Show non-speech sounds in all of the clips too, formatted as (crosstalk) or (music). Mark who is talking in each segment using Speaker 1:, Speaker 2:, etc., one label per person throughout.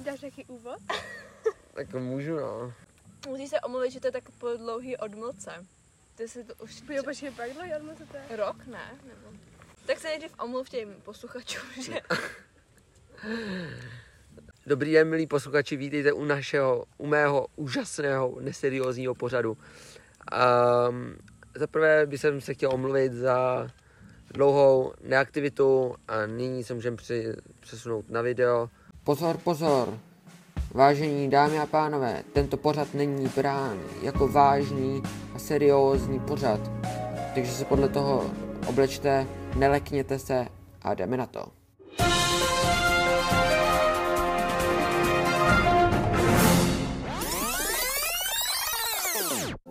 Speaker 1: uděláš nějaký úvod?
Speaker 2: Tak můžu, no.
Speaker 3: Musíš se omluvit, že to je tak po dlouhý odmlce. Ty jsi to už
Speaker 1: Jo, počkej, pak dlouho, já to tak.
Speaker 3: rok, ne? Nebo... Tak se nejdřív omluv těm posluchačům, že
Speaker 2: Dobrý den, milí posluchači, vítejte u našeho, u mého úžasného, neseriózního pořadu. Um, Za prvé bych se chtěl omluvit za dlouhou neaktivitu a nyní se můžeme při, přesunout na video. Pozor, pozor! Vážení dámy a pánové, tento pořad není brán jako vážný a seriózní pořad, takže se podle toho oblečte, nelekněte se a jdeme na to.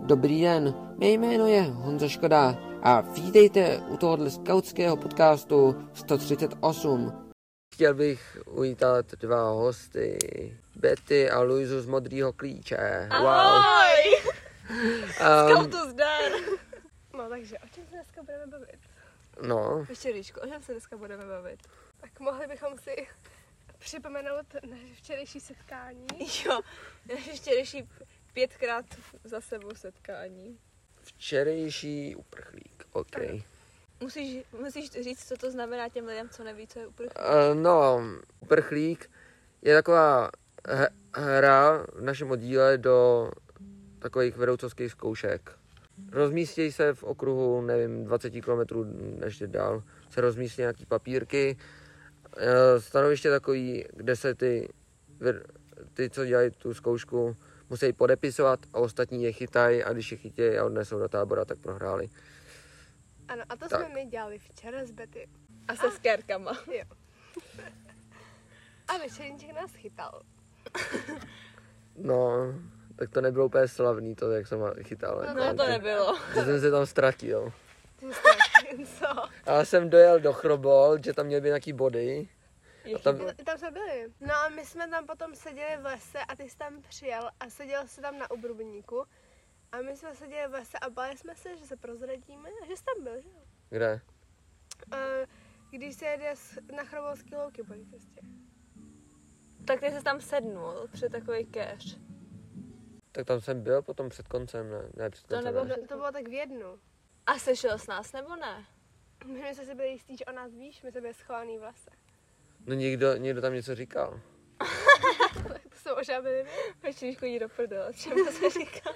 Speaker 2: Dobrý den, mé jméno je Honza Škoda a vítejte u tohohle skautského podcastu 138. Chtěl bych uvítat dva hosty, Betty a Luizu z Modrýho klíče.
Speaker 3: Ahoj!
Speaker 2: Wow.
Speaker 3: Kam to zdar?
Speaker 1: No takže, o čem se dneska budeme bavit?
Speaker 2: no,
Speaker 3: Ještě Ríčko, o čem se dneska budeme bavit?
Speaker 1: Tak mohli bychom si připomenout naše včerejší setkání.
Speaker 3: Jo, ještě řeší pětkrát za sebou setkání.
Speaker 2: včerejší uprchlík, OK.
Speaker 3: Musíš, musíš říct, co to znamená těm lidem, co neví, co je uprchlík.
Speaker 2: Eh, No, uprchlík je taková he- hra v našem oddíle do takových vedoucovských zkoušek. Rozmístějí se v okruhu, nevím, 20 km ještě dál, se rozmístí nějaký papírky. Eh, Stanoviště takový, kde se ty, ve- ty co dělají tu zkoušku, musí podepisovat a ostatní je chytají a když je chytějí a odnesou do tábora, tak prohráli.
Speaker 1: Ano, a to
Speaker 2: Tak.
Speaker 1: jsme my dělali včera s Betty.
Speaker 3: A se skérkama.
Speaker 1: Jo. A večerníček nás chytal.
Speaker 2: No, tak to nebylo úplně slavný to, jak jsem chytal. jako,
Speaker 3: No to
Speaker 2: ty-
Speaker 3: nebylo.
Speaker 2: že jsem se tam ztratil.
Speaker 1: Ty jsi- Co?
Speaker 2: Ale jsem dojel do Chrobol, že tam měly být nějaký body. A tam,
Speaker 1: Tam jsme byli. No a my jsme tam potom seděli v lese a ty jsi tam přijel a seděl jsi tam na obrubníku. A my jsme seděli v lese a báli jsme se, že se prozradíme a že jsi tam byl, že jo?
Speaker 2: kde?
Speaker 1: Eh, Když se jede s- na chrobolský louky po té cestě.
Speaker 3: Tak ty jsi tam sednul před takový keř.
Speaker 2: Tak tam jsem byl potom před koncem, ne, ne před koncem.
Speaker 3: nebylo
Speaker 2: ne.
Speaker 1: No, to bylo tak v jednu.
Speaker 3: A sešel s nás nebo ne?
Speaker 1: My jsme si byli jistí, že o nás víš, my jsme byli schovaný v lese.
Speaker 2: No někdo, někdo tam něco říkal.
Speaker 1: Tak to jsou ožábili my.
Speaker 3: Večer chodí do prdele, čemu se říká?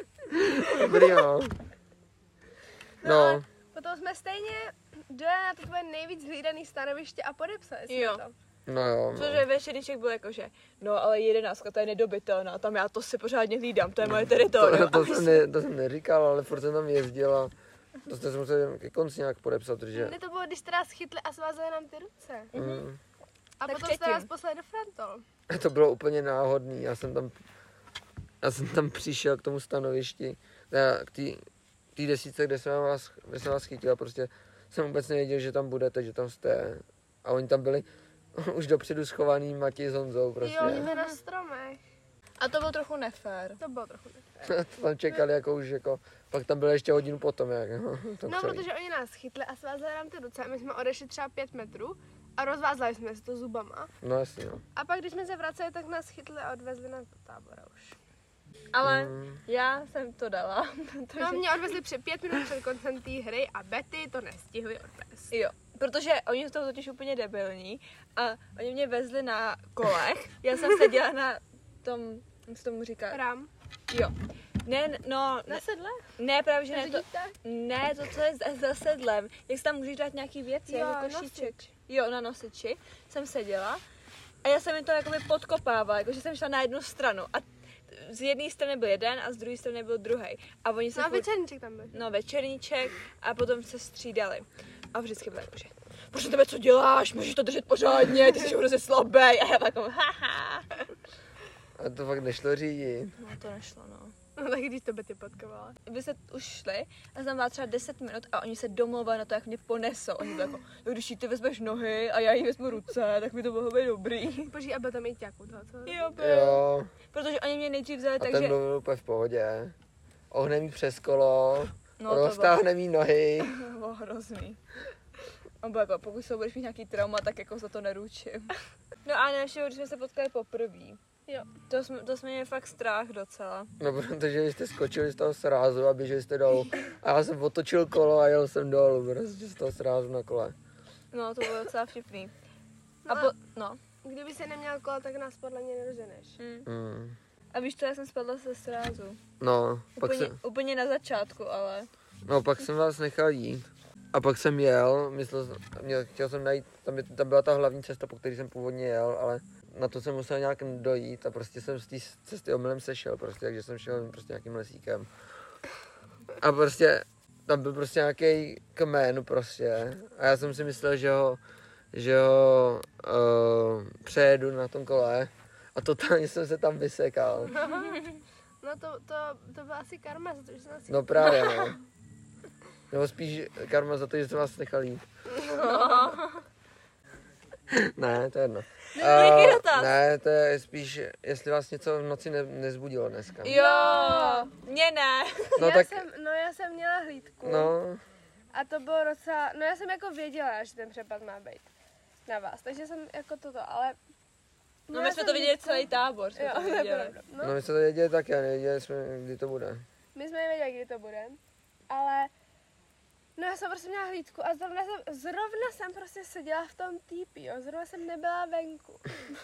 Speaker 2: Dobrý, jo. No,
Speaker 1: Potom jsme stejně dojeli na to tvoje nejvíc hlídaný stanoviště a podepsali jsme
Speaker 3: Jo.
Speaker 1: to.
Speaker 2: no jo. No.
Speaker 3: (laughs) Protože večeríček byl jako, že no ale jedenáctka, ta je nedobytelná, tam já to si pořádně hlídám, to je moje teritorium.
Speaker 2: To,
Speaker 3: A
Speaker 2: to,
Speaker 3: my
Speaker 2: jsem ne, to jsem neříkal, ale furt jsem tam jezdil a to jste se museli ke konci nějak podepsat, protože...
Speaker 1: Ne, to bylo, když jste nás chytli a svázali nám ty ruce.
Speaker 2: Mm,
Speaker 1: A
Speaker 3: Tak
Speaker 1: potom jste
Speaker 3: předtím.
Speaker 1: nás poslali do Frantol.
Speaker 2: (laughs) to bylo úplně náhodný, já jsem tam... Já jsem tam přišel k tomu stanovišti, teda k té desíce, kde jsem vás, kde jsem vás chytil a prostě jsem vůbec nevěděl, že tam budete, že tam jste. A oni tam byli (laughs) už dopředu schovaný Matěj s Honzou prostě.
Speaker 1: Jo, my jsme na stromech.
Speaker 3: A to bylo trochu nefér.
Speaker 1: To bylo trochu. nefér.
Speaker 2: To tam čekali jako už jako, pak tam byli ještě hodinu potom jak. No,
Speaker 3: Mhm.
Speaker 2: to
Speaker 1: No,
Speaker 2: celý.
Speaker 1: protože oni nás chytli a svázali nám ty ruce a my jsme odešli třeba pět metrů a rozvázali jsme si to zubama.
Speaker 2: No jasně, no.
Speaker 1: A pak, když jsme se vraceli, tak nás chytli a odvezli nás do tábora už.
Speaker 3: Ale já jsem to dala, (laughs) protože...
Speaker 1: No, mě odvezli před pět minut před koncem té hry a Betty to nestihli odvést.
Speaker 3: Jo, protože oni jsou totiž úplně debilní a oni mě vezli na kolech, já jsem seděla na tom, jak se tomu říká,
Speaker 1: Ram.
Speaker 3: jo. Ne, no,
Speaker 1: Na
Speaker 3: ne,
Speaker 1: sedle?
Speaker 3: ne právě, že ne to,
Speaker 1: Řídíte?
Speaker 3: ne, to, co je za- za sedlem, jak si tam můžeš dát nějaký věci,
Speaker 1: Jo,
Speaker 3: jako
Speaker 1: nosič.
Speaker 3: košíček. Jo, na nosiči jsem seděla a já jsem jim to jakoby podkopávala, jakože jsem šla na jednu stranu a t- z jedné strany byl jeden a z druhé strany byl druhý. A oni se
Speaker 1: No a
Speaker 3: furt-
Speaker 1: večerníček tam byl.
Speaker 3: no, večerníček a potom se střídali. A vždycky bylo jakože, proč tebe co děláš, můžeš to držet pořádně, ty jsi hrozně slabý. A já jako, haha.
Speaker 2: A to fakt nešlo řídit.
Speaker 3: No to nešlo, no.
Speaker 1: No tak když to Betty potkovala.
Speaker 3: Vy se už šli a jsem byla třeba 10 minut a oni se domluvili na to, jak mě ponesou. Oni byli jako, no když jí ty vezmeš nohy a já jí vezmu ruce, tak mi to bylo být dobrý. (laughs)
Speaker 1: Boží, a byl tam i ťáku toho celého.
Speaker 3: Jo, byl.
Speaker 2: Jo.
Speaker 3: Protože oni mě nejdřív vzali,
Speaker 2: A ten
Speaker 3: takže...
Speaker 2: mluvil úplně v pohodě. Ohne mi přes kolo,
Speaker 3: No, to bylo,
Speaker 2: roztáhne mi nohy.
Speaker 3: to bylo hrozný. On byl jako, (laughs) pokud se budeš mít nějaký trauma, tak jako za to neručím. No a našeho, když jsme se potkali poprvé,
Speaker 4: Jo.
Speaker 3: To, jsme, to jsme měli fakt strach docela.
Speaker 2: No, protože vy jste skočili z toho srázu a běželi jste dolů. A já jsem otočil kolo a jel jsem dolů, prostě z toho srázu na kole.
Speaker 3: No, to bylo docela vtipný. A
Speaker 4: No a-
Speaker 3: po, no.
Speaker 4: Kdyby se neměl kola, tak nás podle mě nedoženeš.
Speaker 3: Mm.
Speaker 2: Mm.
Speaker 3: A víš, to já jsem spadla ze srázu.
Speaker 2: No, pak
Speaker 3: Úplně,
Speaker 2: jsem,
Speaker 3: úplně na začátku, ale.
Speaker 2: no, pak jsem vás nechal jít. A pak jsem jel, myslel, jsem- měl, chtěl jsem najít, tam, je, tam byla ta hlavní cesta, po které jsem původně jel, ale na to jsem musel nějak dojít a prostě jsem z té cesty omylem sešel, prostě, takže jsem šel prostě nějakým lesíkem. A prostě tam byl prostě nějaký kmen prostě a já jsem si myslel, že ho, že ho uh, přejedu na tom kole a totálně jsem se tam vysekal.
Speaker 4: No to, to, to byla asi karma, za to, že jsem asi...
Speaker 2: No právě, no. Nebo spíš karma za to, že jsem vás nechal jít. ne, to je jedno.
Speaker 3: To byl jaký
Speaker 2: Eh,
Speaker 3: dotaz?
Speaker 2: ne, to je spíš, jestli vás něco v noci ne, nezbudilo dneska.
Speaker 3: Jo, mě ne.
Speaker 2: No
Speaker 1: já
Speaker 2: tak,
Speaker 1: jsem, no já jsem měla hlídku
Speaker 2: no,
Speaker 1: a to bylo docela, no já jsem jako věděla, že ten přepad má být na vás, takže jsem jako toto, ale...
Speaker 3: No,
Speaker 1: já
Speaker 3: my jsme
Speaker 1: jsem
Speaker 3: to viděli
Speaker 1: hlídku-
Speaker 3: celý tábor. Jsme
Speaker 1: Jo,
Speaker 3: to
Speaker 1: to je
Speaker 3: viděli.
Speaker 1: pravda.
Speaker 2: no my jsme to věděli taky, a nevěděli jsme, kdy to bude.
Speaker 1: My jsme nevěděli, kdy to bude, ale no já jsem prostě měla hlídku a zrovna jsem, zrovna jsem prostě seděla v tom týpí, jo, zrovna jsem nebyla venku.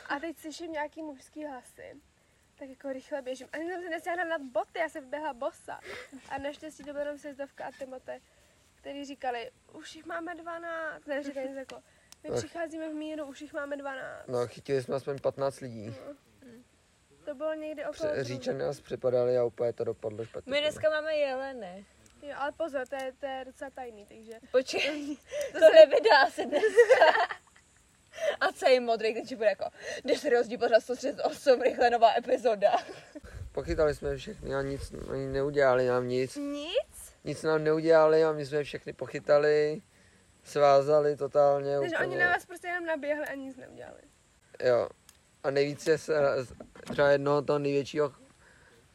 Speaker 1: A teď slyším nějaký mužský hlasy. Tak jako rychle běžím. Ani jsem se nestáhla nad boty, já jsem běhla bosa. A naštěstí to byla jenom Sjezdovka a Timote, který říkali, už jich máme 12. Ne, říkají něco jako, my
Speaker 2: Tak.
Speaker 1: přicházíme v míru, už jich máme 12.
Speaker 2: No, chytili jsme aspoň 15 lidí.
Speaker 1: To bylo někdy okolo...
Speaker 2: Pře- Říčany nás připadali a úplně to dopadlo špatně.
Speaker 3: My dneska máme jeleny.
Speaker 1: Jo, ale pozor, to je, to je docela tajný, takže...
Speaker 3: Počkej, (laughs) to nevydá se dneska. (laughs) A co je modrý, když bude jako, když se rozdí pořád 138, rychle nová epizoda.
Speaker 2: Pochytali jsme všechny a nic, oni neudělali nám nic.
Speaker 3: Nic?
Speaker 2: Nic nám neudělali a my jsme je všechny pochytali, svázali totálně.
Speaker 1: Takže
Speaker 2: úplně.
Speaker 1: oni na vás prostě jenom naběhli a nic neudělali.
Speaker 2: Jo. A nejvíc je se, třeba jednoho toho největšího ch-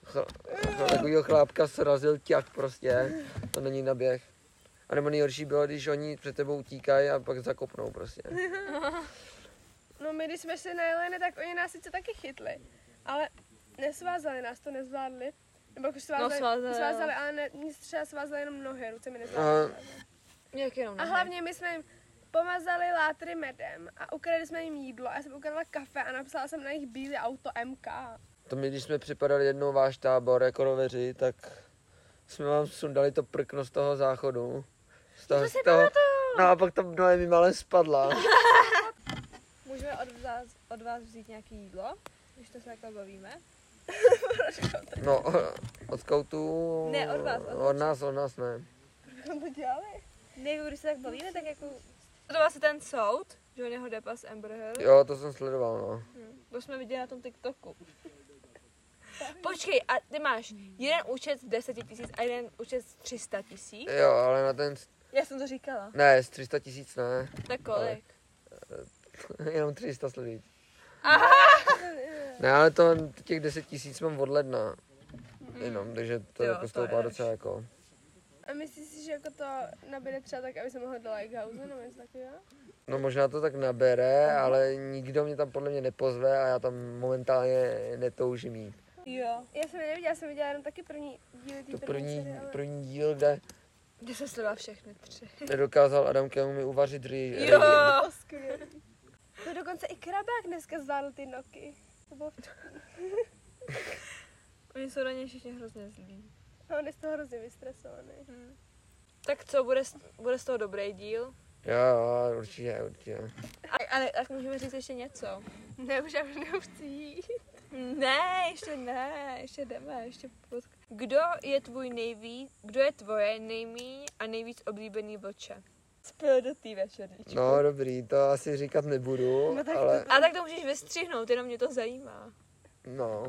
Speaker 2: ch- takovýho chlápka srazil ťak prostě. To není naběh. A nebo nejhorší bylo, když oni před tebou utíkají a pak zakopnou prostě.
Speaker 1: No my když jsme šli na Jelene, tak oni nás sice taky chytli, ale nesvázali nás, to nezvládli. Nebo jako svázali,
Speaker 3: No, svázali, jo.
Speaker 1: svázali ale ne, nic třeba svázali jenom nohy, ruce mi
Speaker 2: A,
Speaker 1: nezvládli.
Speaker 3: Jak jenom
Speaker 1: A hlavně my jsme jim pomazali látry medem a ukradli jsme jim jídlo a já jsem ukradla kafe a napsala jsem na jejich bílé auto MK. (laughs)
Speaker 2: to my, když jsme připadali jednou váš tábor jako roveři, tak jsme vám sundali to prkno z toho záchodu. Z toho, z toho. No a pak tam Noemi malé spadla.
Speaker 3: Můžeme od vás, od vás vzít nějaký jídlo? Když to se takhle bavíme.
Speaker 2: No, (laughs) od skautů...
Speaker 3: Ne, od vás, od
Speaker 2: Od nás, od nás ne.
Speaker 1: Jak jsme to dělali?
Speaker 3: Ne, jako když se tak bavíme, tak jako... To byl asi ten soud, Johnnyho Deppa z Amber Hill.
Speaker 2: Jo, to jsem sledoval, no.
Speaker 3: To jsme viděli na tom TikToku. (laughs) Počkej, a ty máš jeden účet z 10 tisíc a jeden účet z 300 tisíc?
Speaker 2: Jo, ale na ten
Speaker 3: Já jsem to říkala.
Speaker 2: Ne, z 300 tisíc ne, (laughs)
Speaker 3: Tak kolik?
Speaker 2: jenom 300 sledují.
Speaker 3: Aha!
Speaker 2: (laughs) Ne, ale to těch 10 tisíc mám od ledna. Jenom, takže to
Speaker 3: Mm. Jo,
Speaker 2: jo, jako
Speaker 3: to
Speaker 2: stoupá
Speaker 3: je.
Speaker 2: docela jako.
Speaker 1: A myslíš si, že jako to nabíde třeba tak, aby se mohla do Lighthouse nebo něco takového?
Speaker 2: No možná to tak nabere, ale nikdo mě tam podle mě nepozve a já tam momentálně netoužím jít.
Speaker 3: Jo.
Speaker 1: Já jsem je neviděla, já jsem viděla jenom taky první díly té
Speaker 2: To
Speaker 1: první,
Speaker 2: první,
Speaker 1: série, ale...
Speaker 2: první díl, kde
Speaker 3: Kde jsem sledovala všechny tři.
Speaker 2: nedokázal Adam Kemu mi uvařit rý.
Speaker 3: Jo!
Speaker 1: To skvělý. To dokonce i krabák dneska zvládl ty noky. To bylo vtipný.
Speaker 3: Oni jsou na ně všichni hrozně zlí.
Speaker 1: A No, on je z toho hrozně vystresovaný.
Speaker 3: Tak co, bude, z- bude z toho dobrý díl?
Speaker 2: Jo, jo, určitě, určitě.
Speaker 3: A, ale tak můžeme říct ještě něco.
Speaker 1: Ne, už já už nechci jít.
Speaker 3: Ne, ještě ne, ještě jdeme, ještě pod... Kdo je tvůj nejvíc, kdo je tvoje nejmíň a nejvíc oblíbený vlče? Spil do té večerníčky.
Speaker 2: No dobrý, to asi říkat nebudu,
Speaker 1: No tak
Speaker 2: ale
Speaker 3: A tak to můžeš vystřihnout, jenom mě to zajímá.
Speaker 2: no.